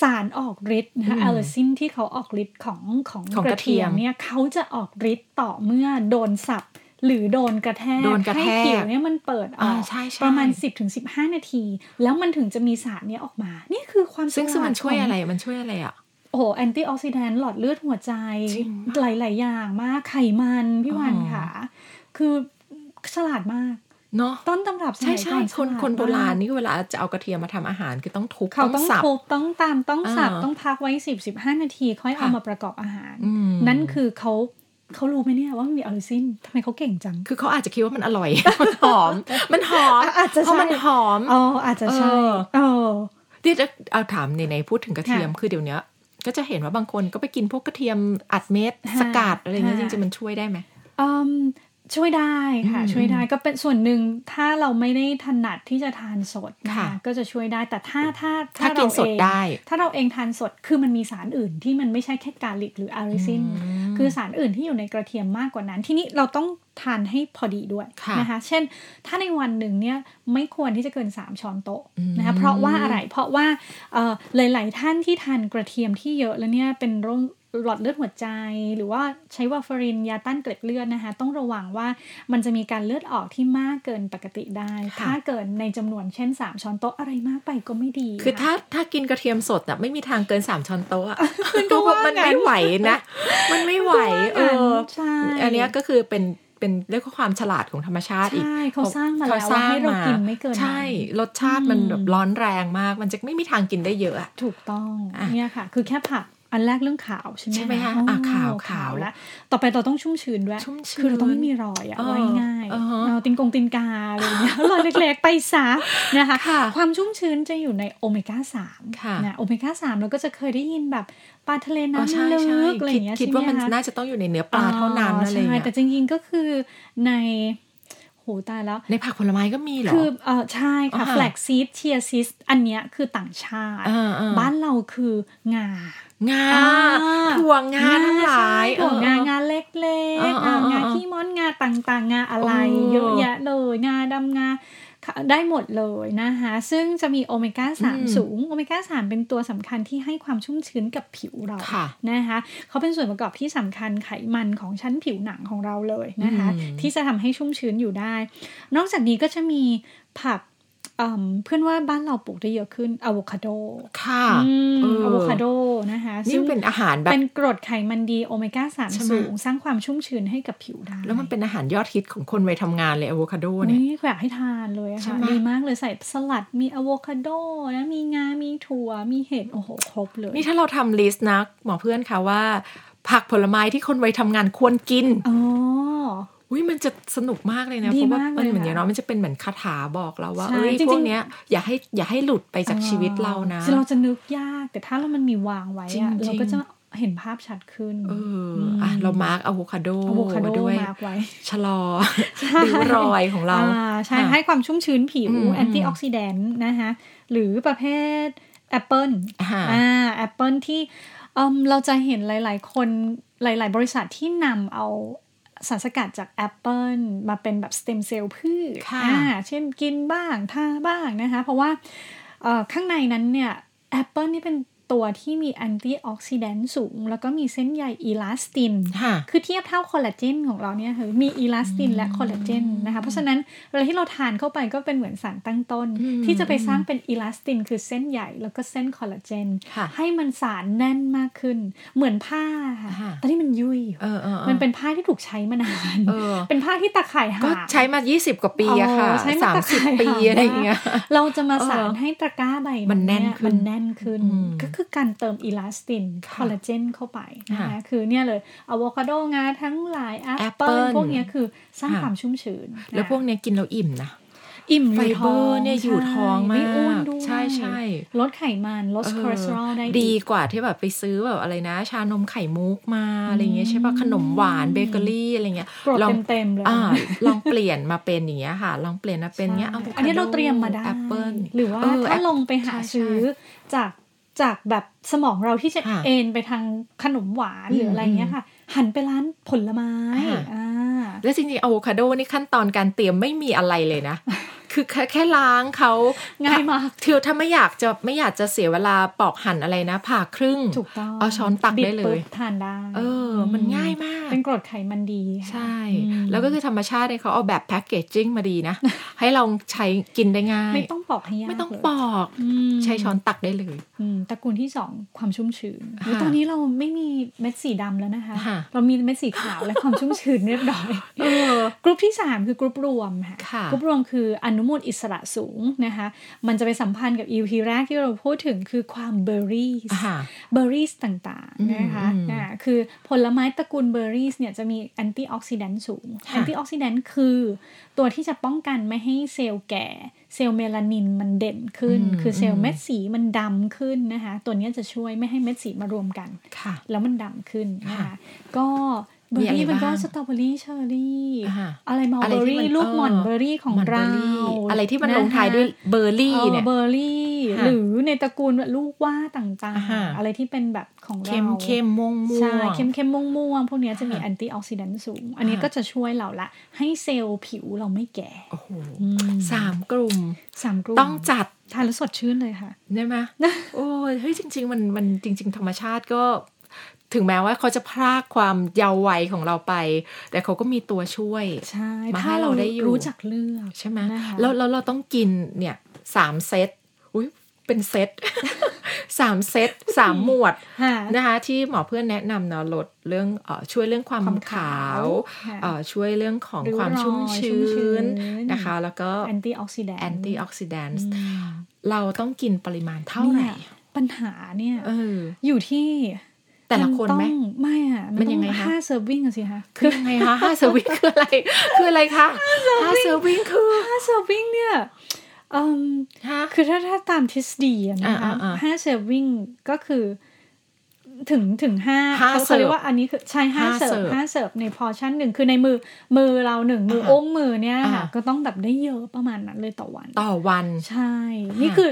สารออกฤทธิ์นะคะ อืม แอลซินที่เขาออกฤทธิ์ของของ ของ ก ก ระ ระเที เทีย ย ม ม เนี่ยเขาจะออกฤทธิ์ต่อเมื่อโดนสับ หรือโดนกระแทก โดนกระแทก ให้ผิวเนี่ยมันเปิดออ อ่าก ใช่ใช่ ประมาณ 10-15 นาที แล้วมันถึงจะมีสารเนี้ยออกมา นี่คือความ ซึ่งซึ่งมัน ฉลาด ช่วย ขง อะไรมันช่วยอะไรอ่ะ โอ้โหแอนตี้ออกซิแดนต์หลอดเลือดหัวใจ จริงปะ หลาย ๆ อย่างมากไขมันพี่วัน อ๋อ ค่ะ คือฉลาดมาก เนาะ ต้นตำรับส ใช่ มัย ใช่ ก่อน คน ฉลด คนโบราณ มก นี่เวลาจะเอากระเทียมมาทำอาหารคือต้องทุบ เขาต้อง สับ ทุบต้องตามต้องสับ อ่า ต้องพักไว้ 10-15 นาทีค่อยเอา ค่ะ มาประกอบอาหาร อืม นั่นคือเขาเขารู้ไหมเนี่ยว่ามันมีออริซินทำไมเขาเก่งจัง คือเขาอาจจะคิดว่ามันอ ร่อย มันหอม มันหอม อ่ะอาจจะ เพราะ ใช่ มันหอม อ๋ออาจจะใช่ เออ เออ เดี๋ยวจะเอาถามในในๆพูดถึงกระเทียม ค่ะ คือเดี๋ยวเนี้ย ก็จะเห็นว่าบางคนก็ไปกินพวกกระเทียมอัดเม็ด ค่ะ สกัดอะไรเงี้ยจ ค่ะ ริงๆมันช่วยได้ไหม อืมช่วยได้ค่ะ อืม ช่วยได้ก็เป็นส่วนหนึ่งถ้าเราไม่ได้ถนัดที่จะทานสดน ค่ะ ก็จะช่วยได้แต่ถ้าถ้า ถ้า เร กินสด เอง ได้ ถ้าเราเองทานสดคือมันมีสารอื่นที่มันไม่ใช่แค่กาลิกหรืออาริซิน อืม คือสารอื่นที่อยู่ในกระเทียมมากกว่านั้น ทีนี้เราต้องทานให้พอดีด้วย ค่ะ นะคะ เช่น ถ้าในวันหนึ่งเนี่ยไม่ควรที่จะเกิน 3 ช้อนโต๊ะนะคะเพราะว่าอะไรเพราะว่าเอ่อหลาย ๆ ท่านที่ทานกระเทียมที่เยอะแล้วเนี่ยเป็นโรคหลอดเลือดหัวใจ หรือว่าใช้วาฟารินยาต้านเกล็ดเลือดนะคะ ต้องระวังว่ามันจะมีการเลือดออกที่มากเกินปกติได้ ค่ะ ถ้าเกินในจำนวนเช่น 3 ช้อนโต๊ะอะไรมากไปก็ไม่ดี คือะ ถ้าถ้ากินกระเทียมสดน่ะไม่มีทางเกินสามช้อนโต๊ะอะ มันก็ว่างั้น มันไม่ไหวนะ มันไม่ไหว เออ ใช่ อันเนี้ยก็คือเป็นเป็นเรียกว่าความฉลาดของธรรมชาติอีก ใช่เขาสร้างมา เข แล้ว ส ว่า ร้าง ให้เรา ม กินไม่เกินนั้น ใช่ รสชาติมัน อืม แบบร้อนแรงมาก มันจะไม่มีทางกินได้เยอะอะ ถูกต้อง อ่ะ เนี่ยค่ะ คือแค่ผักอันแรกเรื่องขาวใช่ไหม ใช่ไหมคะ โ อ่ะขาว ขา ขาว ว ละต่อไปเราต้องชุ่มชื้นด้วย ชุ่มชื้น คือเราต้องไม่มีรอยอะ เออ ไว้ง่าย เออฮะ เอาตินกงตินกาอะไรอย่างเงี้ย รอยเล็กๆไปซะนะคะ ค่ะ ความชุ่มชื้นจะอยู่ในโอเมก้าสาม ค่ะ นะโอเมก้าสามเราก็จะเคยได้ยินแบบปลาทะเล อ๋อ น้ำ ใช่ ลึ ใช่ กอะไรอ คิด ย่างเงี้ย คิด ใช่ไหม ว่ามัน คะ น่าจะต้องอยู่ในเนื้อปลาเท่านั้นอะไรอย่าง ใช่ เงี้ แต่ ย จริงๆก็คือในโหตายแล้ว ในผักผลไม้ก็มีเหรอ คือเออใช่ค่ะ อ่าฮะ แฟลกซีดเชียซีสอันเนี้ยคือต่างชาติ อ่อ่ บ้านเราคืองาง า อ่า ถั่วงาทั้งหลาย ใช่ถั่วงางาเล็ก เออ ๆ เออเออ างาขี้ม้อนงาต่างๆ งาอะไร โอ้ เยอะแยะเลยงาดำงาขาวได้หมดเลยนะคะซึ่งจะมีโอเมก้า 3 สูง โอเมก้า 3 เป็นตัวสำคัญที่ให้ความชุ่มชื้นกับผิวเรา ค่ะ นะคะเขาเป็นส่วนประกอบที่สำคัญไขมันของชั้นผิวหนังของเราเลยนะคะ อืม ที่จะทำให้ชุ่มชื้นอยู่ได้ นอกจากนี้ก็จะมีผักเอิ่มเพื่อนว่าบ้านเราปลูกได้เยอะขึ้นอะโวคาโด ค่ะ อืม เ อะโวคาโดนะคะ นี่มันเป็นอาหารแบบ เป็นกรดไขมันดีโอเมก้าสาม ใช่ไหม สูง สร้างความชุ่มชื้นให้กับผิวได้ แล้วมันเป็นอาหารยอดฮิตของคนวัยทำงานเลยอะโวคาโดเนี่ย อุ๊ยอยากให้ทานเลยอะ ใช่ ค่ะ ไหม ดีมากเลยใส่สลัดมีอะโวคาโดนะมีงา มีถั่วมีเห็ดโอ้โหครบเลย นี่ถ้าเราทำลิสต์นะหมอเพื่อนคะว่า ผักผลไม้ที่คนวัยทำงานควรกิน อ๋อ อุ้ยมันจะสนุกมากเลยนะ ดี เพราะว่า า มั ก น เลย เหมือน ค่ะ อย่างน้อยมันจะเป็นเหมือนคาถาบอกเราว่า ใช่ เอ้ย จริงๆ พวกเนี้ยอย่าให้อย่าให้หลุดไปจากชีวิตเรานะ คือเราจะนึกยากแต่ถ้าเรามันมีวางไว้ จริง อะ ๆ เราก็จะเห็นภาพชัดขึ้น เอออ่ะเรามาร์กอะโวคาโด อะโวคาโด ด้วย มากไว้ ชะลอ ใช่ ริ้วรอยของเรา อ่ใช่ ค่ะ ให้ความชุ่มชื้นผิว อืม แอนตี้ออกซิแดนต์นะคะหรือประเภทแอปเปิล อ่า อ่าแอปเปิลที่เอมเราจะเห็นหลาย ๆ คนหลาย ๆ บริษัทที่นำเอาสารสกัดจากแอปเปิลมาเป็นแบบสเต็มเซลล์พืช ค่ะ อ่าเช่นกินบ้างทาบ้างนะคะ เพราะว่า เอ่อข้างในนั้นเนี่ยแอปเปิลนี่เป็นตัวที่มีแอนตี้ออกซิแดนต์สูง แล้วก็มีเส้นใยอีลาสติน ค่ะ คือเทียบเท่าคอลลาเจนของเราเนี่ยคือมีอีลาสตินและคอลลาเจนนะคะเพราะฉะนั้นเวลาที่เราทานเข้าไปก็เป็นเหมือนสารตั้งต้น อืม ที่จะไปสร้างเป็นอีลาสติน คือเส้นใหญ่แล้วก็เส้นคอลลาเจน ค่ะ ให้มันสารแน่นมากขึ้น เหมือนผ้าค่ะ ค่ะ แต่นี่มันยุ่ย เออออออ มันเป็นผ้าที่ถูกใช้มานาน เออ เป็นผ้าที่ตาข่ายหา ก็ ก ใช้มา 20 กว่าปีอะค่ะ อ๋อใช้มา สาม ตั้ง สิบ แต่ ปี หา อะไรอย่างเงี้ย เราจะมา เออ สารให้ตะกร้าใบ มันแน่น เย ขึ้น มันแน่นขึ้น อืม ก็คือการเติมอีลาสตินค ค่ะ อลลาเจนเข้าไปนะคะ ค่ะ คือเนี่ยเลยอะโวคาโดงาทั้งหลายแอปเปิล Apple พวกเนี้ยคือสร้าง ค่ะ ความชุ่มชื้นนะ แล้วพวกเนี้ยกินแล้วอิ่มนะ อิ่ม ไฟ ยู่ เบ ท้ อง ร์เนี่ยอยู่ท้องมา ใช่ไม่อ้วน ก ด้วย ใช่ใช่ ลดไขมันลดคอเลสเตอรอลได้ ดีกว่าที่แบบไปซื้อแบบอะไรนะ ชานมไข่มุกมาอะไรเงี้ยใช่ป่ะขนมหวานเบเกอรี่อะไรเงี้ย โปรด ลอง เต็มๆเลย อ่าลองเปลี่ยนมาเป็นอย่างเงี้ยค่ะ ลองเปลี่ยนมาเป็นเงี้ยเอา ใช่อันนี้เราเตรียมมาได้ แอปเปิล หรือว่าถ้าลงไปหาซื้อจากจากแบบสมองเราที่จะ ค่ะ เอนไปทางขนมหวาน อืม หรืออะไรเงี้ยค่ะ หันไปร้านผลไม้ อ่า อ่า แล้วจริงๆอะโวคาโดนี่ขั้นตอนการเตรียมไม่มีอะไรเลยนะ คือแค่แค่ล้างเขา ง่ายมาก เธอถ้าไม่อยากจะไม่อยากจะเสียเวลาปอกหั่นอะไรนะผ่าครึ่ง ถูกต้อง เอาช้อนตักได้เลย บปุ๊บทานได้ เออ มันง่ายมาก เป็นกรดไขมันดีค่ะ ใช่ อืม แล้วก็คือธรรมชาติเนี่ยเขาเอาแบบแพ็กเกจจิ้งมาดีนะ ให้เราใช้กินได้ง่าย ไม่ต้องปอกให้ยาก ไม่ต้อง เลย ปอก อืม ใช้ช้อนตักได้เลย อืมตระกูลที่สองความชุ่มชื้น ค่ะ แล้วตอนนี้เราไม่มีเม็ดสีดำแล้วนะคะ ค่ะ เรามีเม็ดสีขาวและความชุ่มชื้นเรียบร้อย เออ กรุ๊ปที่ 3 คือกรุ๊ปรวมค่ะ ค่ะ กรุ๊ปรวมคืออนุมูลอิสระสูงนะคะ มันจะไปสัมพันธ์กับ EP แรกที่เราพูดถึงคือความเบอร์รี่ อ่าฮะ เบอร์รี่ต่างๆนะคะ อืมอืม อ่าคือผลไม้ตระกูลเบอร์รี่เนี่ยจะมีแอนตี้ออกซิแดนต์สูง ค่ะ แอนตี้ออกซิแดนต์คือตัวที่จะป้องกันไม่ให้เซลล์แก่ เซลล์เมลานินมันเด่นขึ้น อืม คือเซล อืมล์เม็ดสีมันดำขึ้นนะคะ ตัวเนี้ยจะช่วยไม่ให้เม็ดสีมารวมกัน ค่ะ แล้วมันดำขึ้นนะ ค่ะ คะก็เบอ มี ร์ อะไร รี่มันก็ บ้าง สตรอเบอรี่เชอร์รี่ อ่าฮะ อะไรมัล อะไร เบอ ที่ รี่ มัน ลูก เออ หมอนเบอร์รี่ของ มันเบอ เรา ร์รี่อะไรที่มันลง ะคะ ท้ายด้วยเบอร์รี่ เออ เนี่ย เบอร์รี่ ค่ะ หรือ ในตระกูลแบบลูกว่าต่าง อ่าฮะ ๆ อะไรที่เป็นแบบของเรา เข้มเข้มม่วงม่วง ใช่เข้มเข้มม่วงม่วงๆพวกเนี้ยจะมีแอนตี้ออกซิแดนต์สูง อันนี้ ค่ะ ก็จะช่วยเราละ ให้เซลล์ผิวเราไม่แก่ โอ้โห อืม สามกลุ่ม สามกลุ่ม ต้องจัด ทานแล้วสดชื่นเลยค่ะ ได้ ไหม โอ้ยเฮ้ยจริง ๆ มันมันจริง ๆ ธรรมชาติก็ ถึงแม้ว่าเขาจะพรากความเยาว์วัยของเราไป แต่เขาก็มีตัวช่วย ใช่ มา ถ้า ให้ เรา เราได้อยู่ รู้จักเลือก ใช่ไหม นะคะ แล้วแล้วเราต้องกินเนี่ยสามเซตอุ้ยเป็นเซ ต สามเซตสามหมวด ค่ะ นะคะที่หมอเพื่อนแนะนำเนาะลดเรื่องเออช่วยเรื่องความ ความ ขาว ขาว เอ่อช่วยเรื่องของ ริ้ว ความชุ่ม รอยชุ่ ชื้ มชื้ น น นะคะ แล้วก็ แอนตี้ออกซิแดนต์ แอนตี้ออกซิแดนซ์ อืม เราต้องกินปริมาณเท่าไหร่ นี่ยปัญหาเนี่ย เออ อยู่ที่ แต่ละคนไหม ต้องไม่อะ มันยังไงคะ ห้าเซิร์ฟวิ่งอะสิคะ คือยังไงคะห้าเซอร์วิงคืออะไร คืออะไรคะห้าเซอร์วิงคือ ห้าเซิร์ฟวิ่งเนี่ยเอิ่ม ฮะ คือถ้าถ้าตามทฤษฎีอะนะคะ อ่าอ่าอ่า ห้าเซิร์ฟวิ่งก็คือถึงถึงห้า ห้า เขาเขาเรียเสิร์กฟ ว่าอันนี้คือใช่ห้า ห้า เสิเสิร์ฟร์ฟ ห้าเสิร์ฟในพอชั่นหนึ่งคือในมือมือเราหนึ่งมือ อ่า โอ้งมือเนี่ยค่ะ อ่า ก็ต้องแบบได้เยอะประมาณนั้นเลยต่อวัน ต่อวัน ใช่ นี่คือ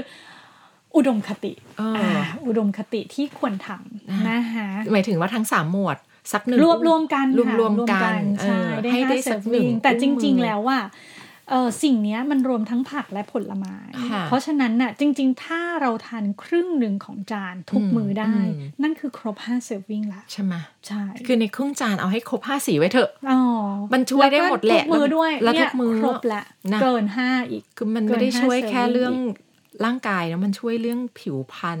อุดมคติ เอออ่ าอุดมคติที่ควรทำนะคะ หมายถึงว่าทั้งสามหมวดสักหนึ่ง รวบรวมกัน รวม ค่ะ รวมกันเออ ใช่ได้ ให้ได้สัห้าเสิร์ ก ฟ หนึ่ง วิ่งแต่จริง อุ้งมื ๆ อ แล้วว่าเออสิ่งเนี้ยมันรวมทั้งผักและผลไม้ ค่ะ เพราะฉะนั้นน่ะจริง ๆ ถ้าเราทานครึ่งหนึ่งของจานทุก อืม มือได้ อืม นั่นคือครบห้าเซอร์วิ่งละ ใช่ไหม ใช่ คือในครึ่งจานเอาให้ครบห้าสีไว้เถอะ อ๋อ มันช่วยได้หมดแหละ ทุกมือด้วย แล้ว เนี่ ทุ ย กมือ ครบละ นะ เกินห้าอีก คือมัน เกิน ไม่ได้ช่วย 5 แค่ เซลล์ เรื่อง อีก ร่างกายนะมันช่วยเรื่องผิวพรรณ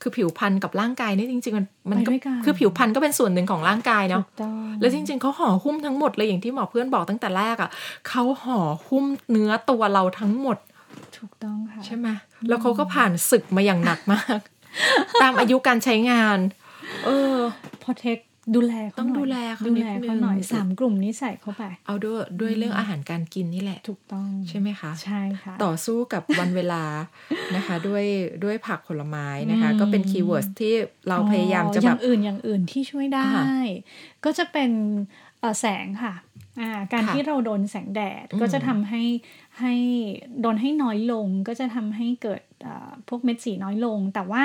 คือผิวพรรณกับร่างกายนี่จริงๆ มันมัน ไปด้วยกัน คือผิวพรรณก็เป็นส่วนหนึ่งของร่างกาย ถู เนาะ กต้อง แล้วจริง ๆเขาห่อหุ้มทั้งหมดเลยอย่างที่หมอเพื่อนบอกตั้งแต่แรกอะ่ะเขาห่อหุ้มเนื้อตัวเราทั้งหมด ถูกต้องค่ะ ใช่ไหมแล้วเขาก็ผ่านศึกมาอย่างหนักมาก ตามอายุการใช้งาน เออ พอเทคดูแลเขา ต้อง หน่ย ดูแลเขา ดูแลเขาหน่อย นิดนึง สามกลุ่มนี้ใส่เข้าไป เอาด้วยด้วยเรื่องอาหารการกินนี่แหละ ถูกต้อง ใช่ไหมคะ ใช่ค่ะ ต่อสู้กับ วันเวลา นะคะ ด้วยด้วยผักผลไม้นะคะ ก็เป็นคีย์เวิร์ดที่เราพยายามจะ อ แบ ย่า บ งอื่นอย่างอื่นที่ช่วยได้ อ่า ก็จะเป็นเอ่อแสงค่ะอ่าการ ค่ะ ที่เราโดนแสงแดด อืม ก็จะทำให้ให้โดนให้น้อยลง ก็จะทำให้เกิดเอ่อพวกเม็ดสีน้อยลง แต่ว่า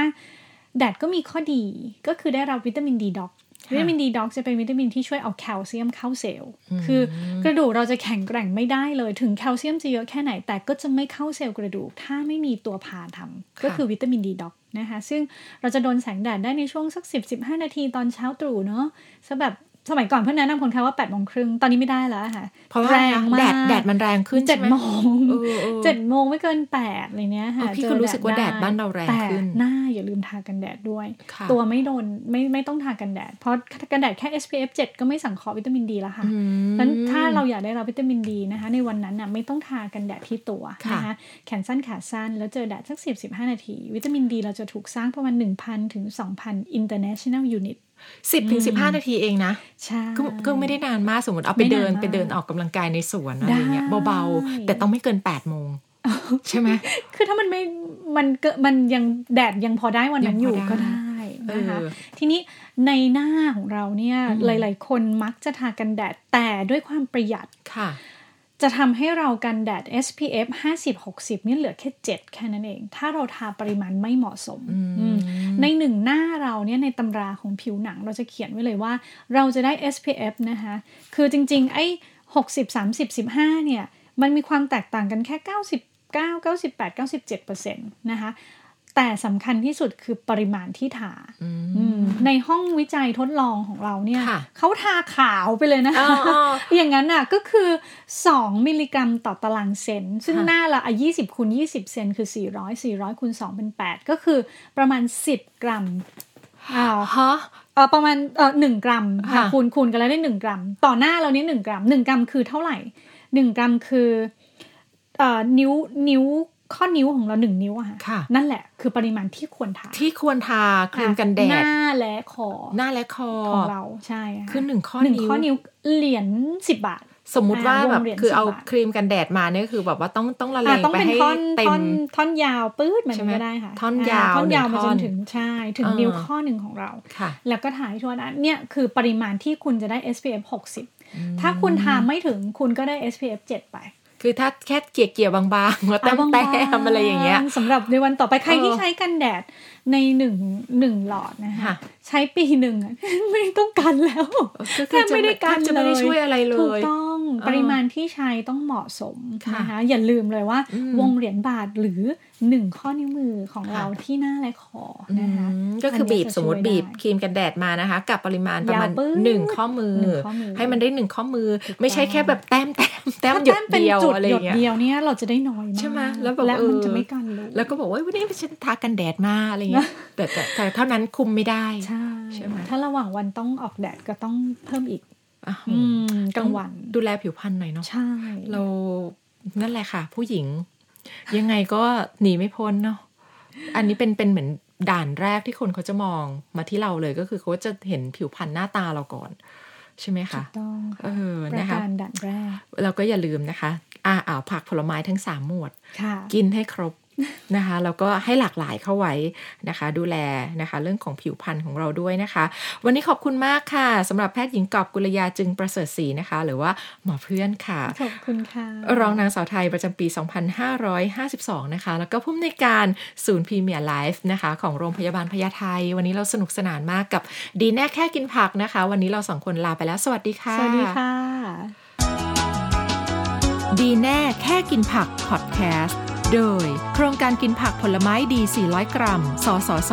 แดดก็มีข้อดีก็คือได้รับวิตามินดีด็อก ค่ะ วิตามินดีด็อกจะเป็นวิตามินที่ช่วยเอาแคลเซียมเข้าเซลล์ อืม คือกระดูกเราจะแข็งแกร่งไม่ได้เลยถึงแคลเซียมจะเยอะแค่ไหน แต่ก็จะไม่เข้าเซลล์กระดูก ถ้าไม่มีตัวพาทำก็คือวิตามินดีด็อกนะคะซึ่ง เราจะโดนแสงแดดได้ในช่วงสัก 10 15 นาทีตอนเช้าตรู่เนาะสำหรับสมัยก่อนเพื่อนแนะนำคนแค่ว่า8ปดโมงครึ่งตอนนี้ไม่ได้แล้วอะค่ะ เพราะว่า แรงมาก แดดแดดมันแรงขึ้น เจ็ ใช่ ด ไหม โมง เออเออ เจ็ดโมงไม่เกิน8ปดเลยเนี้ยค่ะ เออพี่ เจ ก็ อ รู้สึกว่าแดด ได้ บ้านเราแรง แต่ ขึ้น หน้าอย่าลืมทากันแดดด้วย ค่ะ ตัวไม่โดนไม่ไม่ต้องทากันแดด เพราะกันแดดแค่ SPF 7 ก็ไม่สังเคราะห์วิตามินดีแล้วค่ะ อืม นั้นถ้าเราอยากได้รับวิตามินดีนะคะ ในวันนั้นน่ะไม่ต้องทากันแดดที่ตัว ค่ะ นะคะแขนสั้นขาสั้นแล้วเจอแดดสัก 10 15 นาที วิตามินดีเราจะถูกสร้างประมาณ 1,000 ถึง 2,000 international unit สิบถึงสิบห้านาทีเองนะ ใช่ ก็ก็ไม่ได้นานมากสมมติเอาไปเดิน ไม่นานมาก ไปเดินออกกำลังกายในสวนอะไรเงี้ย ได้ เบาๆ แต่ต้องไม่เกินแปดโมงใช่ไหม คือถ้ามันไม่มันเกดมันยังแดดยังพอได้วันนั้น ยั อง พอยู่ ได้ ก็ได้นะคะ เออ ทีนี้ในหน้าของเราเนี่ย อืม หลาย ๆ คนมักจะทากันแดดแต่ด้วยความประหยัด ค่ะ จะทำให้เรากันแดด SPF 50 60เนี่ยเหลือแค่ 7 แค่นั้นเอง ถ้าเราทาปริมาณไม่เหมาะสมอืมในหนึ่งหน้าเราเนี่ยในตำราของผิวหนังเราจะเขียนไว้เลยว่า เราจะได้ SPF นะคะ คือจริงๆ ไอ้ 60 30 15 เนี่ย มันมีความแตกต่างกันแค่ 99 98 97%นะคะ แต่สำคัญที่สุดคือปริมาณที่ทาอืมในห้องวิจัยทดลองของเราเนี่ย ค่ะ เขาทาขาวไปเลยนะ อ๋ คะ ออ๋อ อย่างนั้นน่ะก็คือ 2 มิลลิกรัมต่อตารางเซน ซึ่ง ค่ะ หน้าละอ่ะ20คูณ20 เซนคือ 400 400คูณ2เป็น 8 ก็คือประมาณ 10 กรัมอ่า ฮะ เออประมาณเออหนึ่งกรัมอ่ะ ค่ะ คูณคูณกันแล้วได้ 1 กรัม ต่อหน้าเรานี้ 1 กรัม 1 กรัมคือเท่าไหร่ 1 กรัมคือเอ่อนิ้วนิ้วข้อนิ้วของเรา 1 นิ้วอะค่ะ ค่ะ นั่นแหละคือปริมาณที่ควรทา ที่ควรทาครีมกันแด ห ด น้าและคอ หน้าและคอ ของเราใช่ะ คือหนึ่งข้อ หนึ่ง นิ้ว ข้อนิ้วเหรียญ10 บาท สมมุติว่า อ่าวง แบบ เหรียญ คือเอา 10บาท ครีมกันแดดมาเนี่ยคือแบบว่าต้องต้องละเล อ่ะ ง ต้อง ไป เป็น ให้ ท่อน เต็ ท่อ ม นท่อนยาวปื๊ดมัน ใช่ไหม ก็ได้ค่ะ ท่อน าย าว ท่อนยาว หนึ่ มาง จ ท่อน น ถึงใช่ถึง เออ นิ้วข้อหนึ่งของเรา ค่ะ แล้วก็ถ่ายทั่วนั้นเนี่ยคือปริมาณที่คุณจะได้ SPF 60 ถ้าคุณทาไม่ถึงคุณก็ได้ SPF 7 ไป คือถ้าแค่เกี่ยเกี่ยๆบางๆมาแต้มแต้มๆอะไรอย่างเงี้ย สำหรับในวันต่อไปใคร เออ ที่ใช้กันแดดในหนึ่งหนึ่งหลอดนะคะ ค่ะ ใช้ปีหนึ่งอะ ไม่ต้องกันแล้ว ก็ แทบไม่ได้การ จะไม่ได้ เลย ช่วยอะไรเล ถูก ย ต้องปริมาณที่ใช้ต้องเหมาะสม ค่ะ นะคะ อย่าลืมเลยว่า อืม วงเหรียญบาทหรือหนึ่งข้อนิ้วมือของเราที่หน้าและคอนะคะ อืมก็คืออน นี้ บีบ จะ สมมติ ช่วยได้ บีบครีมกันแดดมานะคะ กับปริมาณประมาณ ยาวปื๊ด หนึ่งข้อมือ หนึ่งข้อมือ ให้มันได้หนึ่งข้อมือ ถูก ไม่ใช่ ต้อง แค่แบบแต้มแต้มแต้ม ถ้า หยด แต้มเป็น เดียว จุด อะไร ห อย ย่างดเงี้ย เดียวเนี่ยเราจะได้น้อยมาก ใช่ไหมแล้วแบบ มัน เออ จะไม่กันเลย แล้วก็บอกว่าวันนี้ฉันทากันแดดมาอะไรเงี้ยแต่แต่แต่เท่านั้นคุมไม่ได้ ใช่ ใช่ไหม ถ้าระหว่างวันต้องออกแดดก็ต้องเพิ่มอีก อ่ะ อืมกลางวัน ดูแลผิวพรรณหน่อยเนาะ ใช่ เรานั่นแหละค่ะ ผู้หญิง ยังไงก็หนีไม่พ้นเนาะอันนี้เป็นเป็นเหมือนด่านแรกที่คนเขาจะมองมาที่เราเลยก็คือเขาจะเห็นผิวพรรณหน้าตาเราก่อน ใช่ไหม ถู คะ กต้อง เออ ป นะ ระ คะ การด่านแรก เราก็อย่าลืมนะคะ อ่าอ่าวผักผลไม้ทั้งสามหมวด ค่ะ กินให้ครบ นะคะแล้วก็ให้หลากหลายเข้าไว้นะคะ ดูแลนะคะ เรื่องของผิวพรรณของเราด้วยนะคะ วันนี้ขอบคุณมากค่ะสำหรับแพทย์หญิงกอบกุลยาจึงประเสริฐศรีนะคะ หรือว่าหมอเพื่อนค่ะ ขอบคุณค่ะ รองนางสาวไทยประจำปี 2552 นะคะ แล้วก็ผู้อำนวยการศูนย์พรีเมียร์ไลฟ์นะคะ ของโรงพยาบาลพญาไทวันนี้เราสนุกสนานมากกับดีแน่แค่กินผักนะคะ วันนี้เราสองคนลาไปแล้ว สวัสดีค่ะ สวัสดีค่ะ ดีแน่แค่กินผักพอดแคสต์ โดยโครงการกินผักผลไม้ดี 400 กรัม สสส